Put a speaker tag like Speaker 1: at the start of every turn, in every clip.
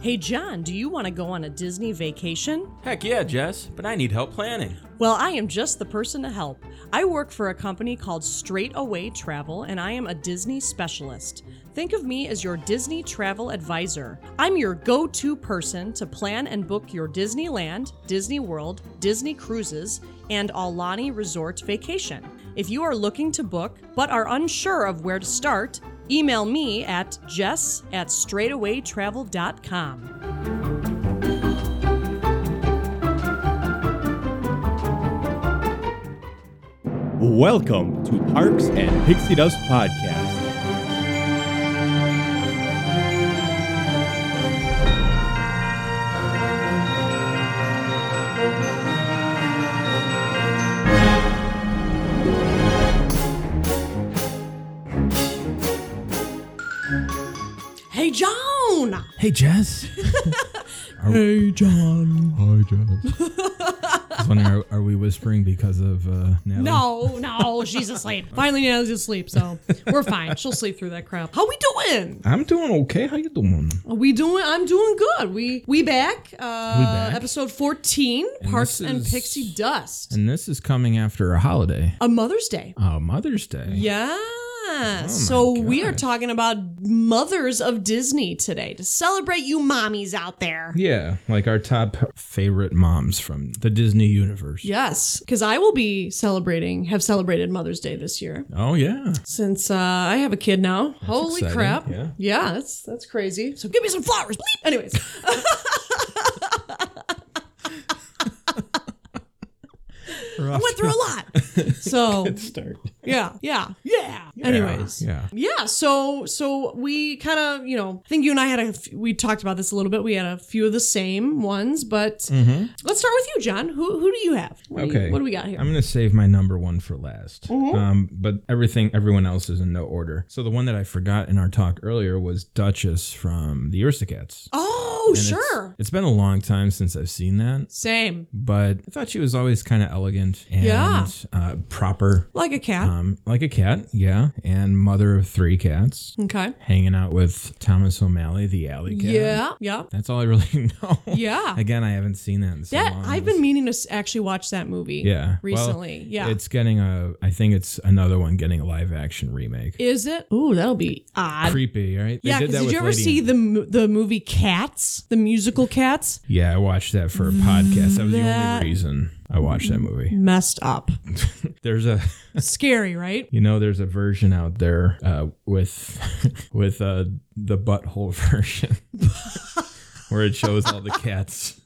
Speaker 1: Hey, John, do you want to go on a Disney vacation?
Speaker 2: Heck yeah, Jess, but I need help planning.
Speaker 1: Well, I am just the person to help. I work for a company called Straight Away Travel, and I am a Disney specialist. Think of me as your Disney travel advisor. I'm your go to person to plan and book your Disneyland, Disney World, Disney Cruises, and Alani Resort vacation. If you are looking to book but are unsure of where to start, email me at jess at straightawaytravel.com.
Speaker 3: Welcome to Parks and Pixie Dust Podcast.
Speaker 1: Hey, Joan!
Speaker 2: Hey, Jess.
Speaker 4: Hey, John.
Speaker 5: Hi, Jess.
Speaker 4: I was wondering, are, are we whispering because of uh, Natalie?
Speaker 1: No, no, she's asleep. Finally, Natalie's asleep, so we're fine. She'll sleep through that crap. How we doing?
Speaker 4: I'm doing okay. How you doing?
Speaker 1: Are we doing? I'm doing good. We we back. Uh,
Speaker 4: We back.
Speaker 1: Episode fourteen, Parks
Speaker 4: this
Speaker 1: and
Speaker 4: is-
Speaker 1: Pixie Dust.
Speaker 4: And this is coming after a holiday,
Speaker 1: a Mother's Day.
Speaker 4: uh, Mother's Day.
Speaker 1: Yeah. so we are
Speaker 4: gosh.
Speaker 1: talking about mothers of Disney today to celebrate you mommies out there.
Speaker 4: Yeah, like our top favorite moms from the Disney universe.
Speaker 1: Yes, because I will be celebrating, have celebrated Mother's Day this year
Speaker 4: Oh yeah.
Speaker 1: since uh, I have a kid now. Holy
Speaker 4: exciting,
Speaker 1: crap!
Speaker 4: yeah.
Speaker 1: yeah, that's that's crazy. So give me some flowers, bleep. Anyways,
Speaker 4: We're
Speaker 1: I
Speaker 4: off
Speaker 1: went through a lot. So
Speaker 4: to start.
Speaker 1: yeah, yeah, yeah. Anyways. Yeah.
Speaker 4: Yeah.
Speaker 1: so so we kind of you know I think you and I had a f- we talked about this a little bit we had a few of the same ones but
Speaker 4: Mm-hmm.
Speaker 1: let's start with you John who who do you have what do you-
Speaker 4: Mm. Okay.
Speaker 1: what do we got here
Speaker 4: I'm gonna save my number one for last. Um, but everything, everyone else is in no order. So the one that I forgot in our talk earlier was Duchess from the Aristocats.
Speaker 1: oh
Speaker 4: And it's-
Speaker 1: sure
Speaker 4: it's been a long time since I've seen that.
Speaker 1: same
Speaker 4: but I thought she was always kind of elegant and
Speaker 1: Yeah.
Speaker 4: uh, proper,
Speaker 1: like a cat
Speaker 4: um, like a cat, yeah, and mother of three cats,
Speaker 1: okay
Speaker 4: hanging out with Thomas O'Malley, the alley cat.
Speaker 1: yeah yeah
Speaker 4: that's all I really know.
Speaker 1: Yeah.
Speaker 4: Again, I haven't seen that in so
Speaker 1: that
Speaker 4: long.
Speaker 1: I've been meaning to s- actually watch that movie
Speaker 4: yeah Well,
Speaker 1: recently yeah
Speaker 4: It's getting a. I think it's another one getting a live action remake.
Speaker 1: is it oh that'll be odd
Speaker 4: Creepy, right? They
Speaker 1: yeah
Speaker 4: did
Speaker 1: 'cause
Speaker 4: that
Speaker 1: did
Speaker 4: with
Speaker 1: you ever
Speaker 4: Lady
Speaker 1: see
Speaker 4: and-
Speaker 1: the mo- the movie Cats the musical Cats
Speaker 4: Yeah, I watched that for a podcast. That was the
Speaker 1: That-
Speaker 4: only reason I watched that movie.
Speaker 1: messed up
Speaker 4: There's a
Speaker 1: scary right
Speaker 4: You know, there's a version out there uh, with with uh, the butthole version, where it shows all the cats.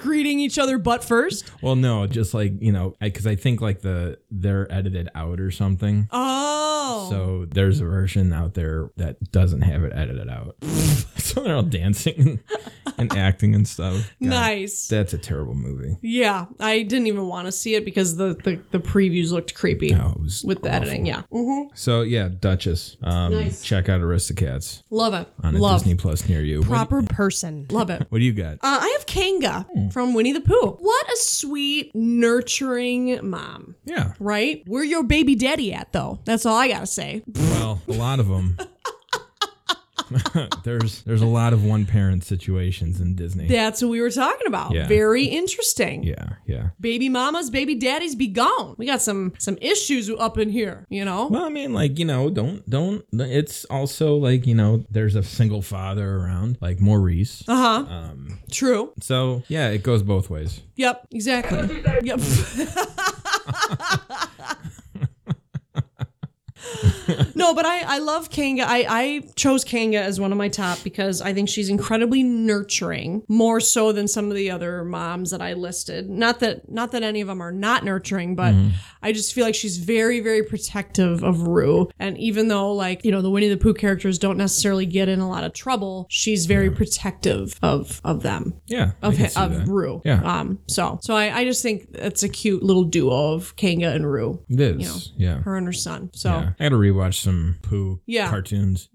Speaker 1: greeting each other butt first.
Speaker 4: well, no, just like you know, because I, think like the they're edited out or something.
Speaker 1: Oh.
Speaker 4: So there's a version out there that doesn't have it edited out. so they're all dancing and acting and stuff. God,
Speaker 1: nice.
Speaker 4: That's a terrible movie.
Speaker 1: yeah, I didn't even want to see it because the the, the previews looked creepy
Speaker 4: No, it was
Speaker 1: with the editing. Yeah. Mhm.
Speaker 4: So yeah, Duchess. Um,
Speaker 1: Nice.
Speaker 4: Check out Aristocats
Speaker 1: Love it.
Speaker 4: on a
Speaker 1: Love.
Speaker 4: Disney Plus Hmm. near you. What-
Speaker 1: Proper person. Love it.
Speaker 4: what do you got?
Speaker 1: Uh, I have Kanga from Winnie the Pooh. What a sweet, nurturing mom,
Speaker 4: Yeah.
Speaker 1: right? Where your baby daddy at, though? That's all I gotta say.
Speaker 4: Well, a lot of them. there's there's a lot of one parent situations in Disney.
Speaker 1: That's what we were talking about.
Speaker 4: Yeah.
Speaker 1: Very interesting.
Speaker 4: Yeah, yeah.
Speaker 1: Baby mamas, baby daddies, be gone. We got some some issues up in here, you know.
Speaker 4: Well, I mean, like you know, don't don't. It's also like you know, there's a single father around, like Maurice.
Speaker 1: Uh huh.
Speaker 4: Um,
Speaker 1: True.
Speaker 4: so yeah, it goes both ways.
Speaker 1: Yep, exactly. Yep. no, but I, I love Kanga. I, I chose Kanga as one of my top because I think she's incredibly nurturing, more so than some of the other moms that I listed. Not that not that any of them are not nurturing, but I just feel like she's very, very protective of Rue. And even though like, you know, the Winnie the Pooh characters don't necessarily get in a lot of trouble, she's very protective of of them
Speaker 4: Yeah, I
Speaker 1: of
Speaker 4: can
Speaker 1: hi-
Speaker 4: see
Speaker 1: of
Speaker 4: that.
Speaker 1: Rue.
Speaker 4: Yeah.
Speaker 1: Um. So so I, I just think it's a cute little duo of Kanga and Rue,
Speaker 4: It is.
Speaker 1: know,
Speaker 4: yeah.
Speaker 1: her and her son. So
Speaker 4: yeah. I gotta rewatch some poo
Speaker 1: Yeah.
Speaker 4: cartoons.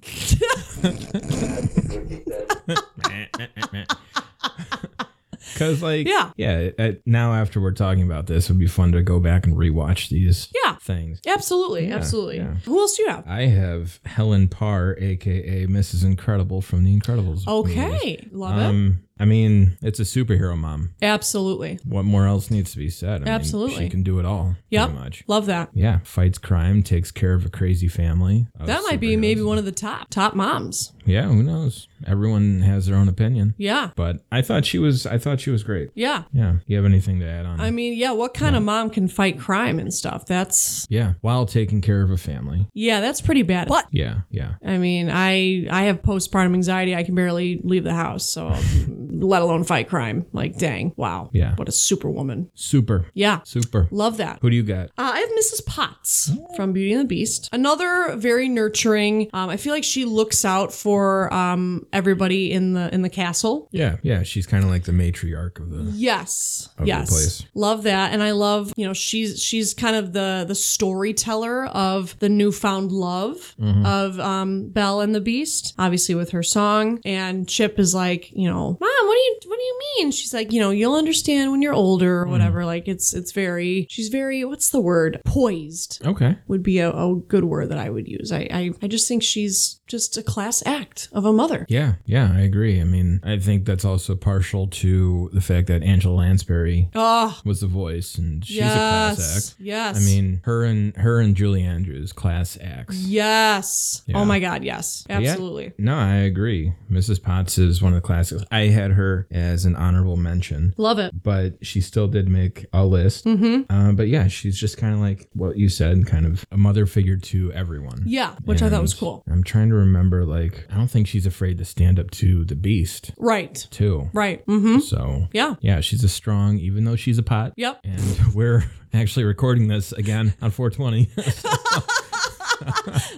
Speaker 4: because like
Speaker 1: Yeah.
Speaker 4: yeah. it- it- now after we're talking about this, it would be fun to go back and rewatch these
Speaker 1: Yeah.
Speaker 4: things.
Speaker 1: Absolutely,
Speaker 4: Yeah,
Speaker 1: absolutely.
Speaker 4: yeah.
Speaker 1: Who else do you have?
Speaker 4: I have Helen Parr, aka Mrs. Incredible from The Incredibles. movies.
Speaker 1: Okay, love it.
Speaker 4: Um, I mean, it's a superhero mom.
Speaker 1: Absolutely,
Speaker 4: What more else needs to be said? I mean,
Speaker 1: Absolutely.
Speaker 4: she can do it all.
Speaker 1: Yep.
Speaker 4: pretty much.
Speaker 1: love that.
Speaker 4: Yeah, fights crime, takes care of a crazy family. of
Speaker 1: That might be maybe
Speaker 4: superheroes.
Speaker 1: one of the top top moms.
Speaker 4: Yeah, who knows? Everyone has their own opinion.
Speaker 1: Yeah,
Speaker 4: But I thought she was. I thought she was great.
Speaker 1: yeah.
Speaker 4: Yeah. You have anything to add on?
Speaker 1: I mean, yeah. What kind of mom can fight crime and stuff? That's
Speaker 4: yeah, while taking care of a family.
Speaker 1: yeah, that's pretty bad. But
Speaker 4: Yeah, yeah.
Speaker 1: I mean, I I have postpartum anxiety. I can barely leave the house, so let alone fight crime. Like, dang, wow,
Speaker 4: Yeah.
Speaker 1: what a superwoman.
Speaker 4: Super,
Speaker 1: Yeah,
Speaker 4: super.
Speaker 1: love that.
Speaker 4: Who do you got?
Speaker 1: Uh, I have Mrs. Potts from Beauty and the Beast. Another very nurturing. Um, I feel like she looks out for um, everybody in the in the castle.
Speaker 4: Yeah, yeah. She's kind of like the matriarch of the.
Speaker 1: Yes.
Speaker 4: Of the
Speaker 1: yes.
Speaker 4: place.
Speaker 1: Love that. And I love, you know, she's she's kind of the the storyteller of the newfound love
Speaker 4: Mm-hmm.
Speaker 1: of um Belle and the Beast, obviously with her song. And Chip is like, you know, Mom, what do you what do you mean? She's like, you know, you'll understand when you're older or
Speaker 4: Mm-hmm.
Speaker 1: whatever. Like it's it's very she's very what's the word? Poised.
Speaker 4: Okay.
Speaker 1: Would be a, a good word that I would use. I, I I just think she's just a class act of a mother.
Speaker 4: Yeah, yeah. I agree. I mean, I think that's also partial to the fact that Angela Lansbury
Speaker 1: Oh,
Speaker 4: was the voice, and she's
Speaker 1: yes,
Speaker 4: a class act.
Speaker 1: yes.
Speaker 4: I mean, her and her and Julie Andrews, class acts.
Speaker 1: Yes.
Speaker 4: Yeah.
Speaker 1: Oh my God. Yes.
Speaker 4: Yeah.
Speaker 1: Absolutely.
Speaker 4: No, I agree. Mrs. Potts is one of the classics. I had her as an honorable mention.
Speaker 1: Love it.
Speaker 4: but she still did make a list.
Speaker 1: Mm-hmm.
Speaker 4: Uh, but yeah, she's just kind of like what you said, kind of a mother figure to everyone.
Speaker 1: Yeah. Which I
Speaker 4: And
Speaker 1: thought was cool.
Speaker 4: I'm trying to remember, like, I don't think she's afraid to stand up to the beast,
Speaker 1: Right.
Speaker 4: too.
Speaker 1: Right. Mm-hmm.
Speaker 4: So,
Speaker 1: Yeah.
Speaker 4: yeah, she's a strong, even though she's a pot.
Speaker 1: Yep.
Speaker 4: And we're actually recording this again on 420.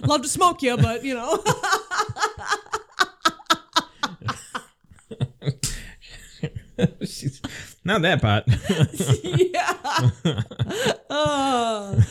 Speaker 1: Love to smoke you, but you know.
Speaker 4: she's not that pot.
Speaker 1: yeah. Uh,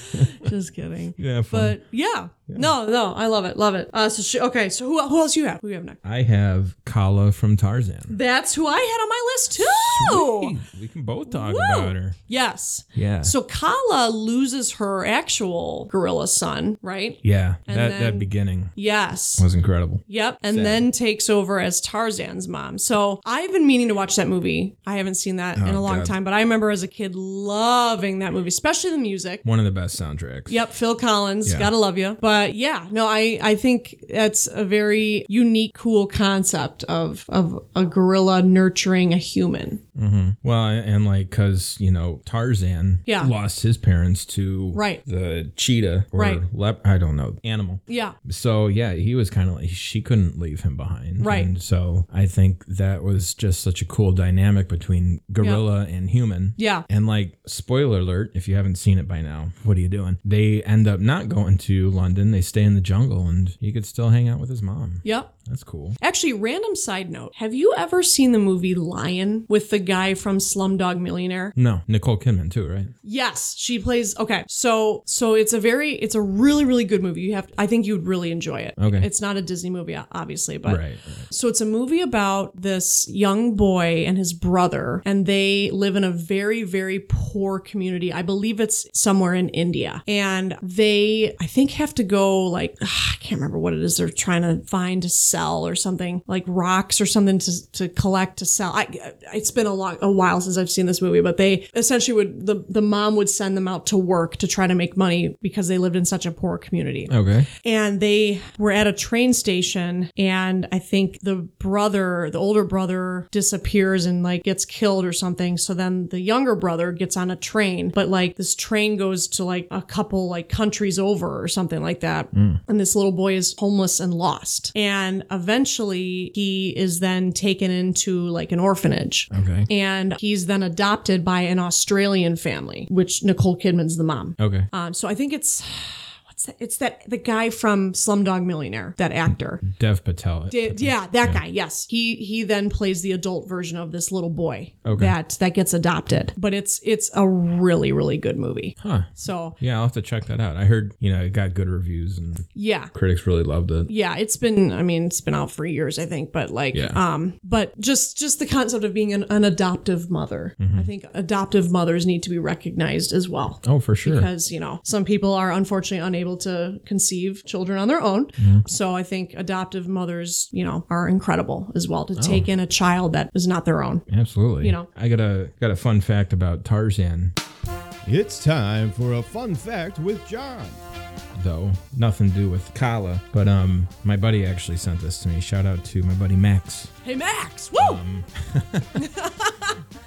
Speaker 1: just kidding.
Speaker 4: yeah, fun.
Speaker 1: But yeah. No, no. I love it. Love it. Uh, so she, okay. So who, who else you have? Who you have next?
Speaker 4: I have Kala from Tarzan.
Speaker 1: That's who I had on my list too.
Speaker 4: We can both talk
Speaker 1: Woo!
Speaker 4: about her.
Speaker 1: Yes.
Speaker 4: Yeah.
Speaker 1: So Kala loses her actual gorilla son, right?
Speaker 4: yeah,
Speaker 1: And
Speaker 4: that,
Speaker 1: then-
Speaker 4: that beginning
Speaker 1: Yes.
Speaker 4: was incredible.
Speaker 1: Yep. And then takes over as Tarzan's mom. So I've been meaning to watch that movie. I haven't seen that in a long
Speaker 4: Oh, God.
Speaker 1: time, but I remember as a kid loving that movie, especially the music.
Speaker 4: One of the best soundtracks.
Speaker 1: Yep, Phil Collins,
Speaker 4: Yeah.
Speaker 1: gotta love you. But yeah, no, I I think that's a very unique, cool concept of of a gorilla nurturing a human.
Speaker 4: Mm-hmm. Well, and like, cause you know Tarzan
Speaker 1: Yeah.
Speaker 4: lost his parents to
Speaker 1: Right.
Speaker 4: the cheetah or
Speaker 1: Right.
Speaker 4: lep- I don't know animal.
Speaker 1: Yeah,
Speaker 4: So yeah, he was kind of like she couldn't leave him behind.
Speaker 1: Right.
Speaker 4: And so I think that was just such a cool dynamic between gorilla and human.
Speaker 1: yeah,
Speaker 4: And like, spoiler alert, if you haven't seen it by now, what are you doing? They end up not going to London. They stay in the jungle, and he could still hang out with his mom.
Speaker 1: yep.
Speaker 4: That's cool.
Speaker 1: Actually, random side note: Have you ever seen the movie Lion with the guy from Slumdog Millionaire?
Speaker 4: No, Nicole Kidman too, right?
Speaker 1: Yes, she plays. Okay, so so it's a very it's a really really good movie. You have I think you would really enjoy it.
Speaker 4: Okay.
Speaker 1: it's not a Disney movie obviously, but
Speaker 4: Right. right.
Speaker 1: so it's a movie about this young boy and his brother, and they live in a very very poor community. I believe it's somewhere in India, and they I think have to go like I can't remember what it is they're trying to find to sell or something like rocks or something to to collect to sell. I it's been a long a while since I've seen this movie, but they essentially would the the mom would send them out to work to try to make money because they lived in such a poor community
Speaker 4: Okay.
Speaker 1: and they were at a train station and i think the brother the older brother disappears and like gets killed or something so then the younger brother gets on a train but like this train goes to like a couple like countries over or something like that and this little boy is homeless and lost and eventually he is then taken into like an orphanage
Speaker 4: Okay.
Speaker 1: and he's then adopted by an australian family which nicole kidman's the mom
Speaker 4: Okay.
Speaker 1: um, so I think it's what's It's, it's that the guy from Slumdog Millionaire, that actor.
Speaker 4: Dev Patel.
Speaker 1: Did, yeah, that guy. Yes, he he then plays the adult version of this little boy
Speaker 4: Okay.
Speaker 1: that that gets adopted. But it's it's a really really good movie.
Speaker 4: Huh.
Speaker 1: So
Speaker 4: Yeah, I'll have to check that out. I heard, you know, it got good reviews and
Speaker 1: yeah,
Speaker 4: critics really loved it.
Speaker 1: yeah it's been i mean it's been out for years i think but like
Speaker 4: Yeah.
Speaker 1: um but just just the concept of being an, an adoptive mother i think adoptive mothers need to be recognized as well
Speaker 4: Oh, for sure.
Speaker 1: because you know some people are unfortunately unable to conceive children on their own
Speaker 4: Mm-hmm.
Speaker 1: so i think adoptive mothers you know are incredible as well
Speaker 4: Oh.
Speaker 1: to take in a child that is not their own
Speaker 4: Absolutely.
Speaker 1: You know.
Speaker 4: I got a got a fun fact about Tarzan,
Speaker 3: It's time for a fun fact with John.
Speaker 4: though. Nothing to do with Kala, but um, my buddy actually sent this to me. Shout out to my buddy Max.
Speaker 1: hey max woo
Speaker 4: Um,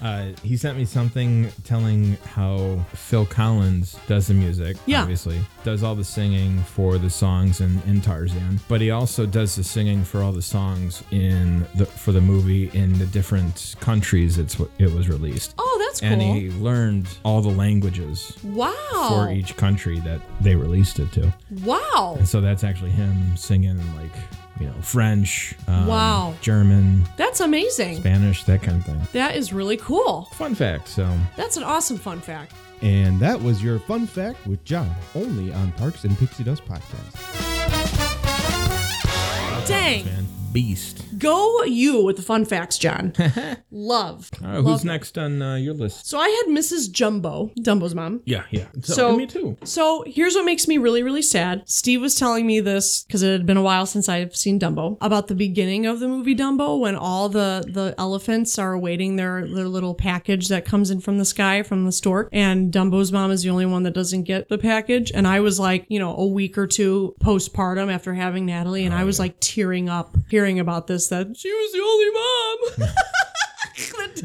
Speaker 4: Uh, he sent me something telling how Phil Collins does the music.
Speaker 1: Yeah.
Speaker 4: Obviously, does all the singing for the songs in, in Tarzan, but he also does the singing for all the songs in the for the movie in the different countries it's it was released.
Speaker 1: oh that's cool Oh.
Speaker 4: And he learned all the languages for e-
Speaker 1: wow
Speaker 4: each country that they released it to.
Speaker 1: wow
Speaker 4: So that's actually him singing like, you know, French, um,
Speaker 1: Wow.
Speaker 4: German,
Speaker 1: that's amazing
Speaker 4: Spanish, that kind of thing.
Speaker 1: that is really cool
Speaker 4: Fun fact. So
Speaker 1: that's an awesome fun fact
Speaker 3: And that was your fun fact with John, only on Parks and Pixie Dust Podcast.
Speaker 1: dang
Speaker 4: man, beast.
Speaker 1: Go you with the fun facts, John. Love.
Speaker 4: All right, who's next on uh, your list?
Speaker 1: So I had Mrs. Jumbo, Dumbo's mom.
Speaker 4: Yeah, yeah.
Speaker 1: So-
Speaker 4: me too.
Speaker 1: So here's what makes me really, really sad. Steve was telling me this because it had been a while since I've seen Dumbo about the beginning of the movie Dumbo when all the the elephants are awaiting their their little package that comes in from the sky from the stork, and Dumbo's mom is the only one that doesn't get the package. And I was like, you know, a week or two postpartum after having Natalie, and I was like tearing up hearing about this that she was the only mom. that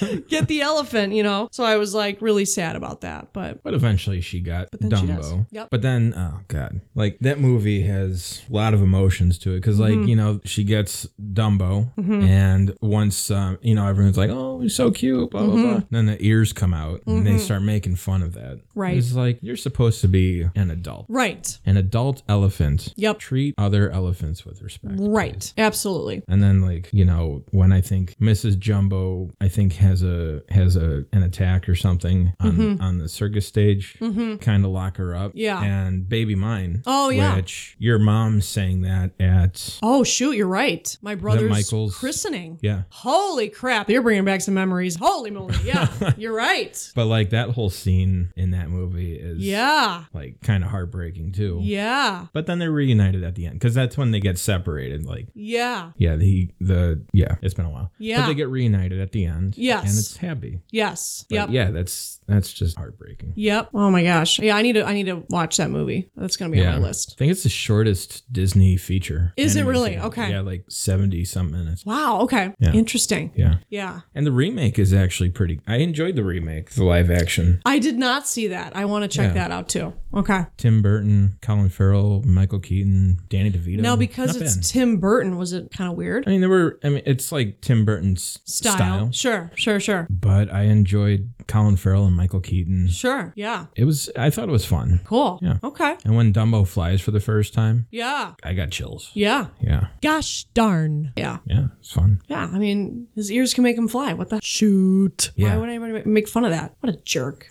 Speaker 1: didn't get the elephant, you know. So I was like really sad about that. But
Speaker 4: But eventually she got
Speaker 1: then she
Speaker 4: Dumbo.
Speaker 1: does. Yep.
Speaker 4: But then, oh god, like that movie has a lot of emotions to it because, like
Speaker 1: Mm-hmm.
Speaker 4: you know, she gets Dumbo, and once um, you know everyone's like, "Oh, he's so cute," blah blah
Speaker 1: Mm-hmm.
Speaker 4: blah. Then the ears come out, and they start making fun of that.
Speaker 1: Right.
Speaker 4: It's like you're supposed to be an adult,
Speaker 1: right.
Speaker 4: an adult elephant.
Speaker 1: Yep.
Speaker 4: Treat other elephants with respect. please.
Speaker 1: Right. Absolutely.
Speaker 4: And then like, you know, when I think Mrs. Jumbo I think has a has a an attack or something on on the circus stage, kind of lock her up.
Speaker 1: Mm-hmm. Yeah.
Speaker 4: And Baby Mine.
Speaker 1: Oh, yeah.
Speaker 4: Which your mom sang that at
Speaker 1: Oh shoot, you're right. My brother's
Speaker 4: Michael's-
Speaker 1: christening.
Speaker 4: yeah.
Speaker 1: Holy crap, you're bringing back some memories. Holy moly. Yeah, you're right.
Speaker 4: But like that whole scene in that movie is
Speaker 1: Yeah.
Speaker 4: like kind of heartbreaking too.
Speaker 1: Yeah.
Speaker 4: But then they're reunited at the end because that's when they get separated. Like,
Speaker 1: Yeah.
Speaker 4: yeah, the the yeah, it's been a while.
Speaker 1: Yeah.
Speaker 4: but they get reunited at the end.
Speaker 1: Yes.
Speaker 4: and it's happy.
Speaker 1: Yes.
Speaker 4: But
Speaker 1: Yep.
Speaker 4: yeah, that's that's just heartbreaking.
Speaker 1: Yep. Oh my gosh. Yeah, I need to I need to watch that movie. That's going to be on my
Speaker 4: I
Speaker 1: list.
Speaker 4: think it's the shortest Disney feature.
Speaker 1: Is it
Speaker 4: Animated
Speaker 1: really?
Speaker 4: feature.
Speaker 1: Okay.
Speaker 4: Yeah, like 70 some minutes.
Speaker 1: Wow, okay.
Speaker 4: Yeah.
Speaker 1: Interesting.
Speaker 4: Yeah.
Speaker 1: Yeah.
Speaker 4: And the remake is actually pretty. I enjoyed the remake, the live action.
Speaker 1: I did not see that. I want to check
Speaker 4: Yeah.
Speaker 1: that out too. Okay.
Speaker 4: Tim Burton, Colin Farrell, Michael Keaton, Danny DeVito.
Speaker 1: Now because
Speaker 4: Not
Speaker 1: it's
Speaker 4: bad.
Speaker 1: Tim Burton, was it kind of weird?
Speaker 4: I mean, there were. I mean, it's like Tim Burton's
Speaker 1: Style.
Speaker 4: style.
Speaker 1: Sure. Sure, sure.
Speaker 4: But I enjoyed Colin Farrell and Michael Keaton.
Speaker 1: Sure. Yeah.
Speaker 4: It was. I thought it was fun.
Speaker 1: Cool.
Speaker 4: Yeah.
Speaker 1: Okay.
Speaker 4: And when Dumbo flies for the first time,
Speaker 1: Yeah.
Speaker 4: I got chills.
Speaker 1: Yeah.
Speaker 4: Yeah.
Speaker 1: Gosh darn. Yeah.
Speaker 4: Yeah. It's fun.
Speaker 1: Yeah. I mean, his ears can make him fly. What the? Shoot.
Speaker 4: Yeah.
Speaker 1: Why would anybody ma- make fun of that? What a jerk.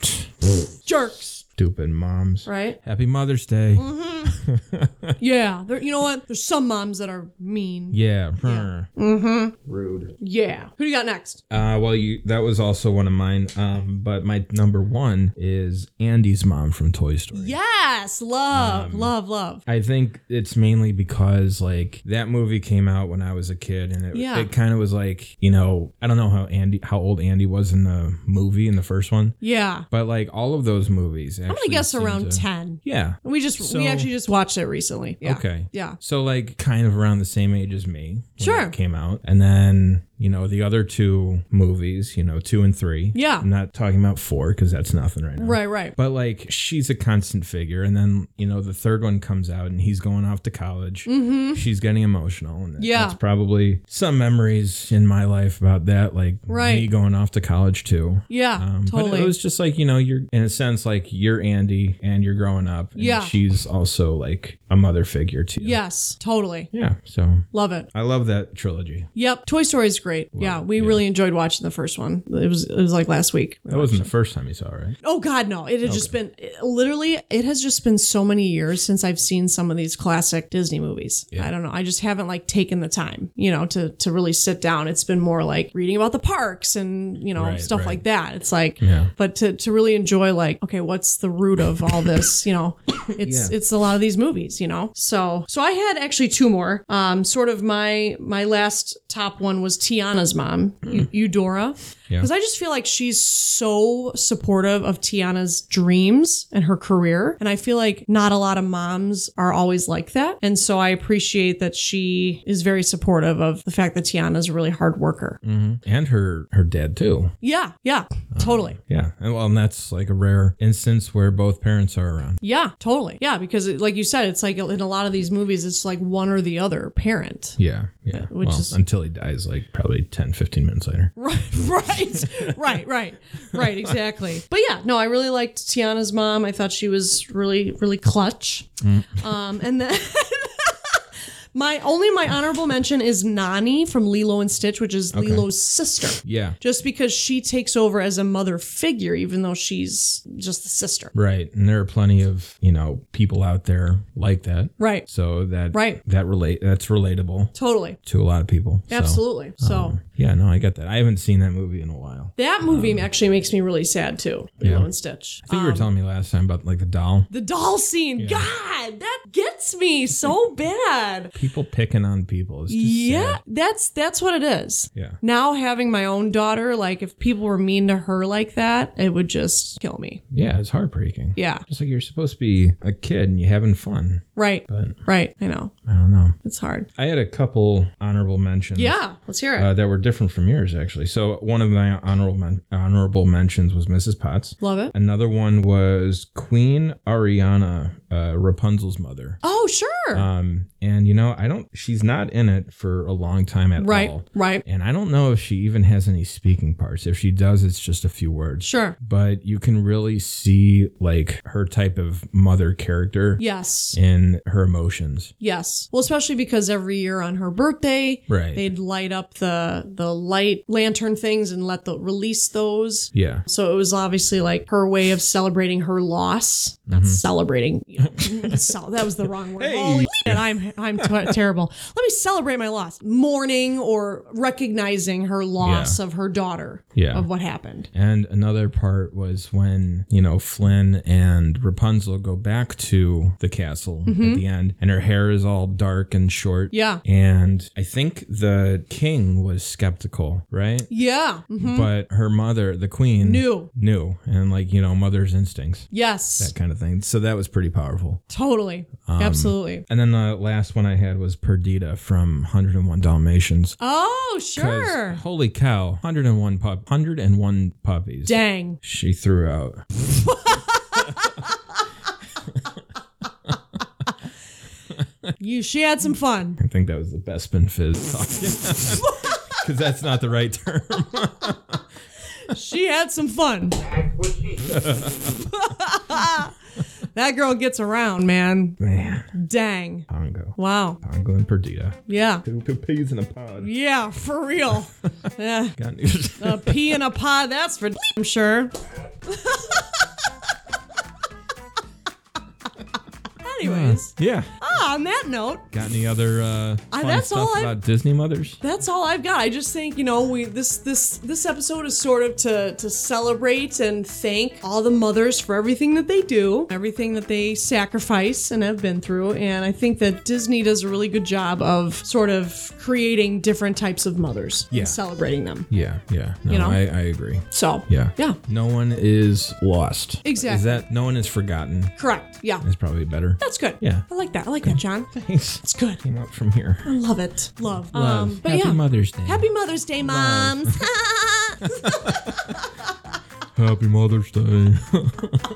Speaker 1: Jerks.
Speaker 4: Stupid moms.
Speaker 1: Right? Mm-hmm.
Speaker 4: Happy Mother's Day.
Speaker 1: Yeah. There, you know what? There's some moms that are mean.
Speaker 4: Yeah. Brr.
Speaker 1: Mm-hmm. Yeah. Who do you got next?
Speaker 4: Uh, well, you that was also one of mine. Um, but my number one is Andy's mom from Toy Story.
Speaker 1: Yes. Love,
Speaker 4: Um,
Speaker 1: love, love.
Speaker 4: I think it's mainly because like that movie came out when I was a kid, and it,
Speaker 1: Yeah.
Speaker 4: it kind of was like you know I don't know how Andy how old Andy was in the movie in the first one,
Speaker 1: Yeah.
Speaker 4: but like all of those movies.
Speaker 1: I'm going to guess around 10.
Speaker 4: Yeah.
Speaker 1: We just,
Speaker 4: So-
Speaker 1: we actually just watched it recently. Yeah.
Speaker 4: Okay.
Speaker 1: Yeah.
Speaker 4: So like kind of around the same age as me. when
Speaker 1: Sure.
Speaker 4: it Came out, and then you know, the other two movies, you know, two and three.
Speaker 1: Yeah.
Speaker 4: I'm not talking about four because that's nothing right now.
Speaker 1: Right, right.
Speaker 4: But like she's a constant figure, and then you know the third one comes out, and he's going off to college. Mm-hmm. She's getting emotional, and that-
Speaker 1: Yeah.
Speaker 4: that's probably some memories in my life about that, like
Speaker 1: Right.
Speaker 4: me going off to college too.
Speaker 1: Yeah,
Speaker 4: um, But
Speaker 1: totally.
Speaker 4: it was just like you know you're in a sense like you're Andy and you're growing up. And
Speaker 1: Yeah.
Speaker 4: she's also like a mother figure too.
Speaker 1: Yes, totally.
Speaker 4: yeah. So
Speaker 1: Love it.
Speaker 4: I love that trilogy.
Speaker 1: Yep, Toy Story is great. yeah, we really enjoyed watching the first one. It was it was like last week.
Speaker 4: That wasn't the first time you saw it, right?
Speaker 1: Oh God, no! It had just been it- literally. It has just been so many years since I've seen some of these classic Disney movies. I don't know. I just haven't like taken the time, you know, to to really sit down. It's been more like reading about the parks and you know
Speaker 4: Right,
Speaker 1: stuff
Speaker 4: right.
Speaker 1: like that. It's like,
Speaker 4: Yeah.
Speaker 1: but to to really enjoy like, okay, what's the root of all this? You know, it's it's a lot of these movies, you know. So so I had actually two more. Um, sort of my my last top one was Tiana's mom, Eu- Eudora. Because I just feel like she's so supportive of Tiana's dreams and her career. And I feel like not a lot of moms are always like that. And so I appreciate that she is very supportive of the fact that Tiana's a really hard worker.
Speaker 4: Hmm. Mm-hmm. And her her dad too.
Speaker 1: Yeah, yeah, totally.
Speaker 4: Yeah. And well, and that's like a rare instance where both parents are around.
Speaker 1: Yeah, totally. Yeah, because it, like you said, it's like in a lot of these movies, it's like one or the other parent.
Speaker 4: Yeah, yeah.
Speaker 1: which
Speaker 4: well,
Speaker 1: is-
Speaker 4: until he dies, like probably 10, 15 minutes later.
Speaker 1: Right, right, right, right, right, exactly. But yeah, no, I really liked Tiana's mom. I thought she was really, really clutch. Um, and then my only my honorable mention is Nani from Lilo and Stitch, which is Lilo's sister.
Speaker 4: Yeah,
Speaker 1: Just because she takes over as a mother figure, even though she's just the sister.
Speaker 4: right. And there are plenty of you know people out there like that.
Speaker 1: Right.
Speaker 4: So that
Speaker 1: Right.
Speaker 4: that relate that's relatable
Speaker 1: Totally.
Speaker 4: to a lot of people. So, um,
Speaker 1: Absolutely. So
Speaker 4: yeah, no, I get that. I haven't seen that movie in a while.
Speaker 1: that movie actually makes me really sad too. Lilo
Speaker 4: Um, Yeah.
Speaker 1: and Stitch.
Speaker 4: I think you were telling me last time about like the doll.
Speaker 1: The doll scene. God, that gets me so bad.
Speaker 4: People picking on people. It's just
Speaker 1: Yeah,
Speaker 4: sad.
Speaker 1: that's that's what it is.
Speaker 4: Yeah.
Speaker 1: Now having my own daughter, like if people were mean to her like that, it would just kill me.
Speaker 4: Yeah, it's heartbreaking.
Speaker 1: Yeah.
Speaker 4: Just like you're supposed to be a kid and you're having fun.
Speaker 1: Right. right. I know.
Speaker 4: I don't know.
Speaker 1: It's hard.
Speaker 4: I had a couple honorable mentions.
Speaker 1: Yeah. Let's hear it.
Speaker 4: Mm. uh, that were different from yours actually. So one of my honorable men- honorable mentions was Mrs. Potts.
Speaker 1: Love it.
Speaker 4: Another one was Queen Ariana, uh, Rapunzel's mother.
Speaker 1: Oh, sure.
Speaker 4: Um, and you know, I don't. She's not in it for a long time at
Speaker 1: right.
Speaker 4: all.
Speaker 1: Right.
Speaker 4: And I don't know if she even has any speaking parts. If she does, it's just a few words.
Speaker 1: Sure.
Speaker 4: But you can really see like her type of mother character
Speaker 1: Yes.
Speaker 4: in her emotions.
Speaker 1: Yes. Well, especially because every year on her birthday,
Speaker 4: Right.
Speaker 1: they'd light up the the light lantern things and let the release those.
Speaker 4: Yeah.
Speaker 1: So it was obviously like her way of celebrating her loss, not
Speaker 4: Mm-hmm.
Speaker 1: celebrating. you know, cel- that was the wrong word. Holy shit, I'm I'm t- terrible. Let me celebrate my loss, mourning or recognizing her loss of her daughter,
Speaker 4: Yeah.
Speaker 1: of what happened.
Speaker 4: And another part was when, you know, Flynn and Rapunzel go back to the castle at the end, and her hair is all dark and short.
Speaker 1: Mm-hmm. Yeah.
Speaker 4: And I think the king was skeptical, right?
Speaker 1: Yeah. mhm.
Speaker 4: But her mother, the queen,
Speaker 1: Knew.
Speaker 4: Knew. And, like, you know, mother's instincts,
Speaker 1: Yes.
Speaker 4: that Um, kind of thing. So that was pretty powerful.
Speaker 1: Totally. Absolutely.
Speaker 4: And then the last one I had was Perdita from 101 Dalmatians.
Speaker 1: Oh,
Speaker 4: 'Cause,
Speaker 1: sure.
Speaker 4: Holy cow, 101 pup 101 puppies.
Speaker 1: Dang.
Speaker 4: she threw out
Speaker 1: You she had some fun.
Speaker 4: I think that was the best spin fizz talking. Because that's not the right term.
Speaker 1: She had some fun. that girl gets around, man.
Speaker 4: Man.
Speaker 1: Dang.
Speaker 4: Pongo.
Speaker 1: Wow.
Speaker 4: Pongo and Perdita.
Speaker 1: Yeah.
Speaker 4: Two two peas in a pod.
Speaker 1: Yeah, for real. Yeah.
Speaker 4: Got news.
Speaker 1: A pea in a pod, that's for damn sure. Anyways,
Speaker 4: yeah.
Speaker 1: ah, on that note,
Speaker 4: Got any other uh, fun
Speaker 1: that's
Speaker 4: stuff
Speaker 1: all I-
Speaker 4: about Disney mothers?
Speaker 1: that's all I've got. I just think you know we this this this episode is sort of to to celebrate and thank all the mothers for everything that they do, everything that they sacrifice and have been through. And I think that Disney does a really good job of sort of creating different types of mothers,
Speaker 4: Yeah.
Speaker 1: and celebrating them.
Speaker 4: Yeah, yeah. No,
Speaker 1: You know?
Speaker 4: I, I agree.
Speaker 1: So
Speaker 4: Yeah.
Speaker 1: yeah,
Speaker 4: No one is lost.
Speaker 1: Exactly.
Speaker 4: Is that no one is forgotten
Speaker 1: correct, yeah.
Speaker 4: is probably better.
Speaker 1: That's good.
Speaker 4: Yeah.
Speaker 1: I like that. I like that, John.
Speaker 4: Thanks.
Speaker 1: It's good.
Speaker 4: Came up from here.
Speaker 1: I love it. Love.
Speaker 4: Love.
Speaker 1: Um, but
Speaker 4: Happy
Speaker 1: yeah.
Speaker 4: Mother's Day.
Speaker 1: Happy Mother's Day, moms.
Speaker 4: Happy Mother's Day.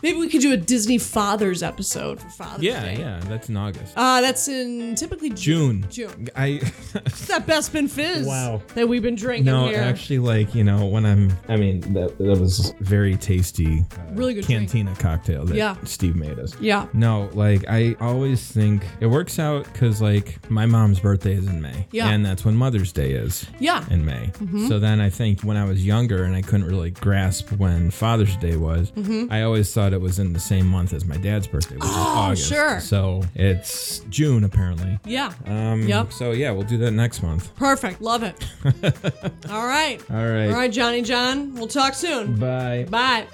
Speaker 1: Maybe we could do a Disney Fathers episode for Father's
Speaker 4: yeah,
Speaker 1: Day.
Speaker 4: yeah. That's in August.
Speaker 1: Uh, that's in typically June.
Speaker 4: June.
Speaker 1: June.
Speaker 4: I
Speaker 1: It's that best been fizz
Speaker 4: Wow.
Speaker 1: that we've been drinking
Speaker 4: no,
Speaker 1: here.
Speaker 4: actually, like you know, when I'm, I mean, that, that was very tasty. uh,
Speaker 1: Really good drink.
Speaker 4: cantina cocktail that
Speaker 1: Yeah.
Speaker 4: Steve made us.
Speaker 1: Yeah.
Speaker 4: No, like I always think it works out because like my mom's birthday is in May,
Speaker 1: Yeah. Mm-hmm.
Speaker 4: and that's when Mother's Day is
Speaker 1: Yeah.
Speaker 4: in May. So then I think when I was younger and I couldn't really grasp when Father's Day was,
Speaker 1: Mm-hmm.
Speaker 4: I always thought it was in the same month as my dad's birthday, which is August.
Speaker 1: Oh, sure.
Speaker 4: So it's June apparently.
Speaker 1: Yeah.
Speaker 4: Um,
Speaker 1: Yep.
Speaker 4: So yeah, we'll do that next month.
Speaker 1: Perfect. Love it. All right.
Speaker 4: All right.
Speaker 1: All right, Johnny John. We'll talk soon.
Speaker 4: Bye.
Speaker 1: Bye.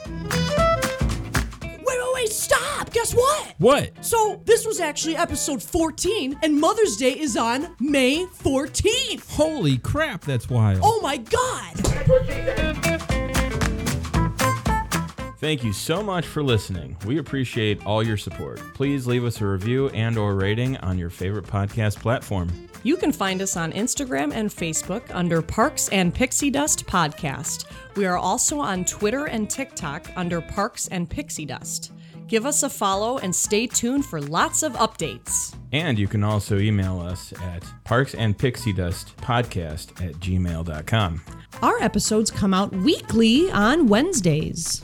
Speaker 1: Wait, wait, wait. Stop. Guess what?
Speaker 4: What?
Speaker 1: So, this was actually episode 14, and Mother's Day is on May 14th.
Speaker 4: Holy crap, that's wild.
Speaker 1: Oh my God.
Speaker 2: Thank you so much for listening. We appreciate all your support. Please leave us a review and or rating on your favorite podcast platform.
Speaker 1: You can find us on Instagram and Facebook under Parks and Pixie Dust Podcast. We are also on Twitter and TikTok under Parks and Pixie Dust. Give us a follow and stay tuned for lots of updates.
Speaker 2: And you can also email us at parksandpixiedustpodcast at gmail.com.
Speaker 1: Our episodes come out weekly on Wednesdays.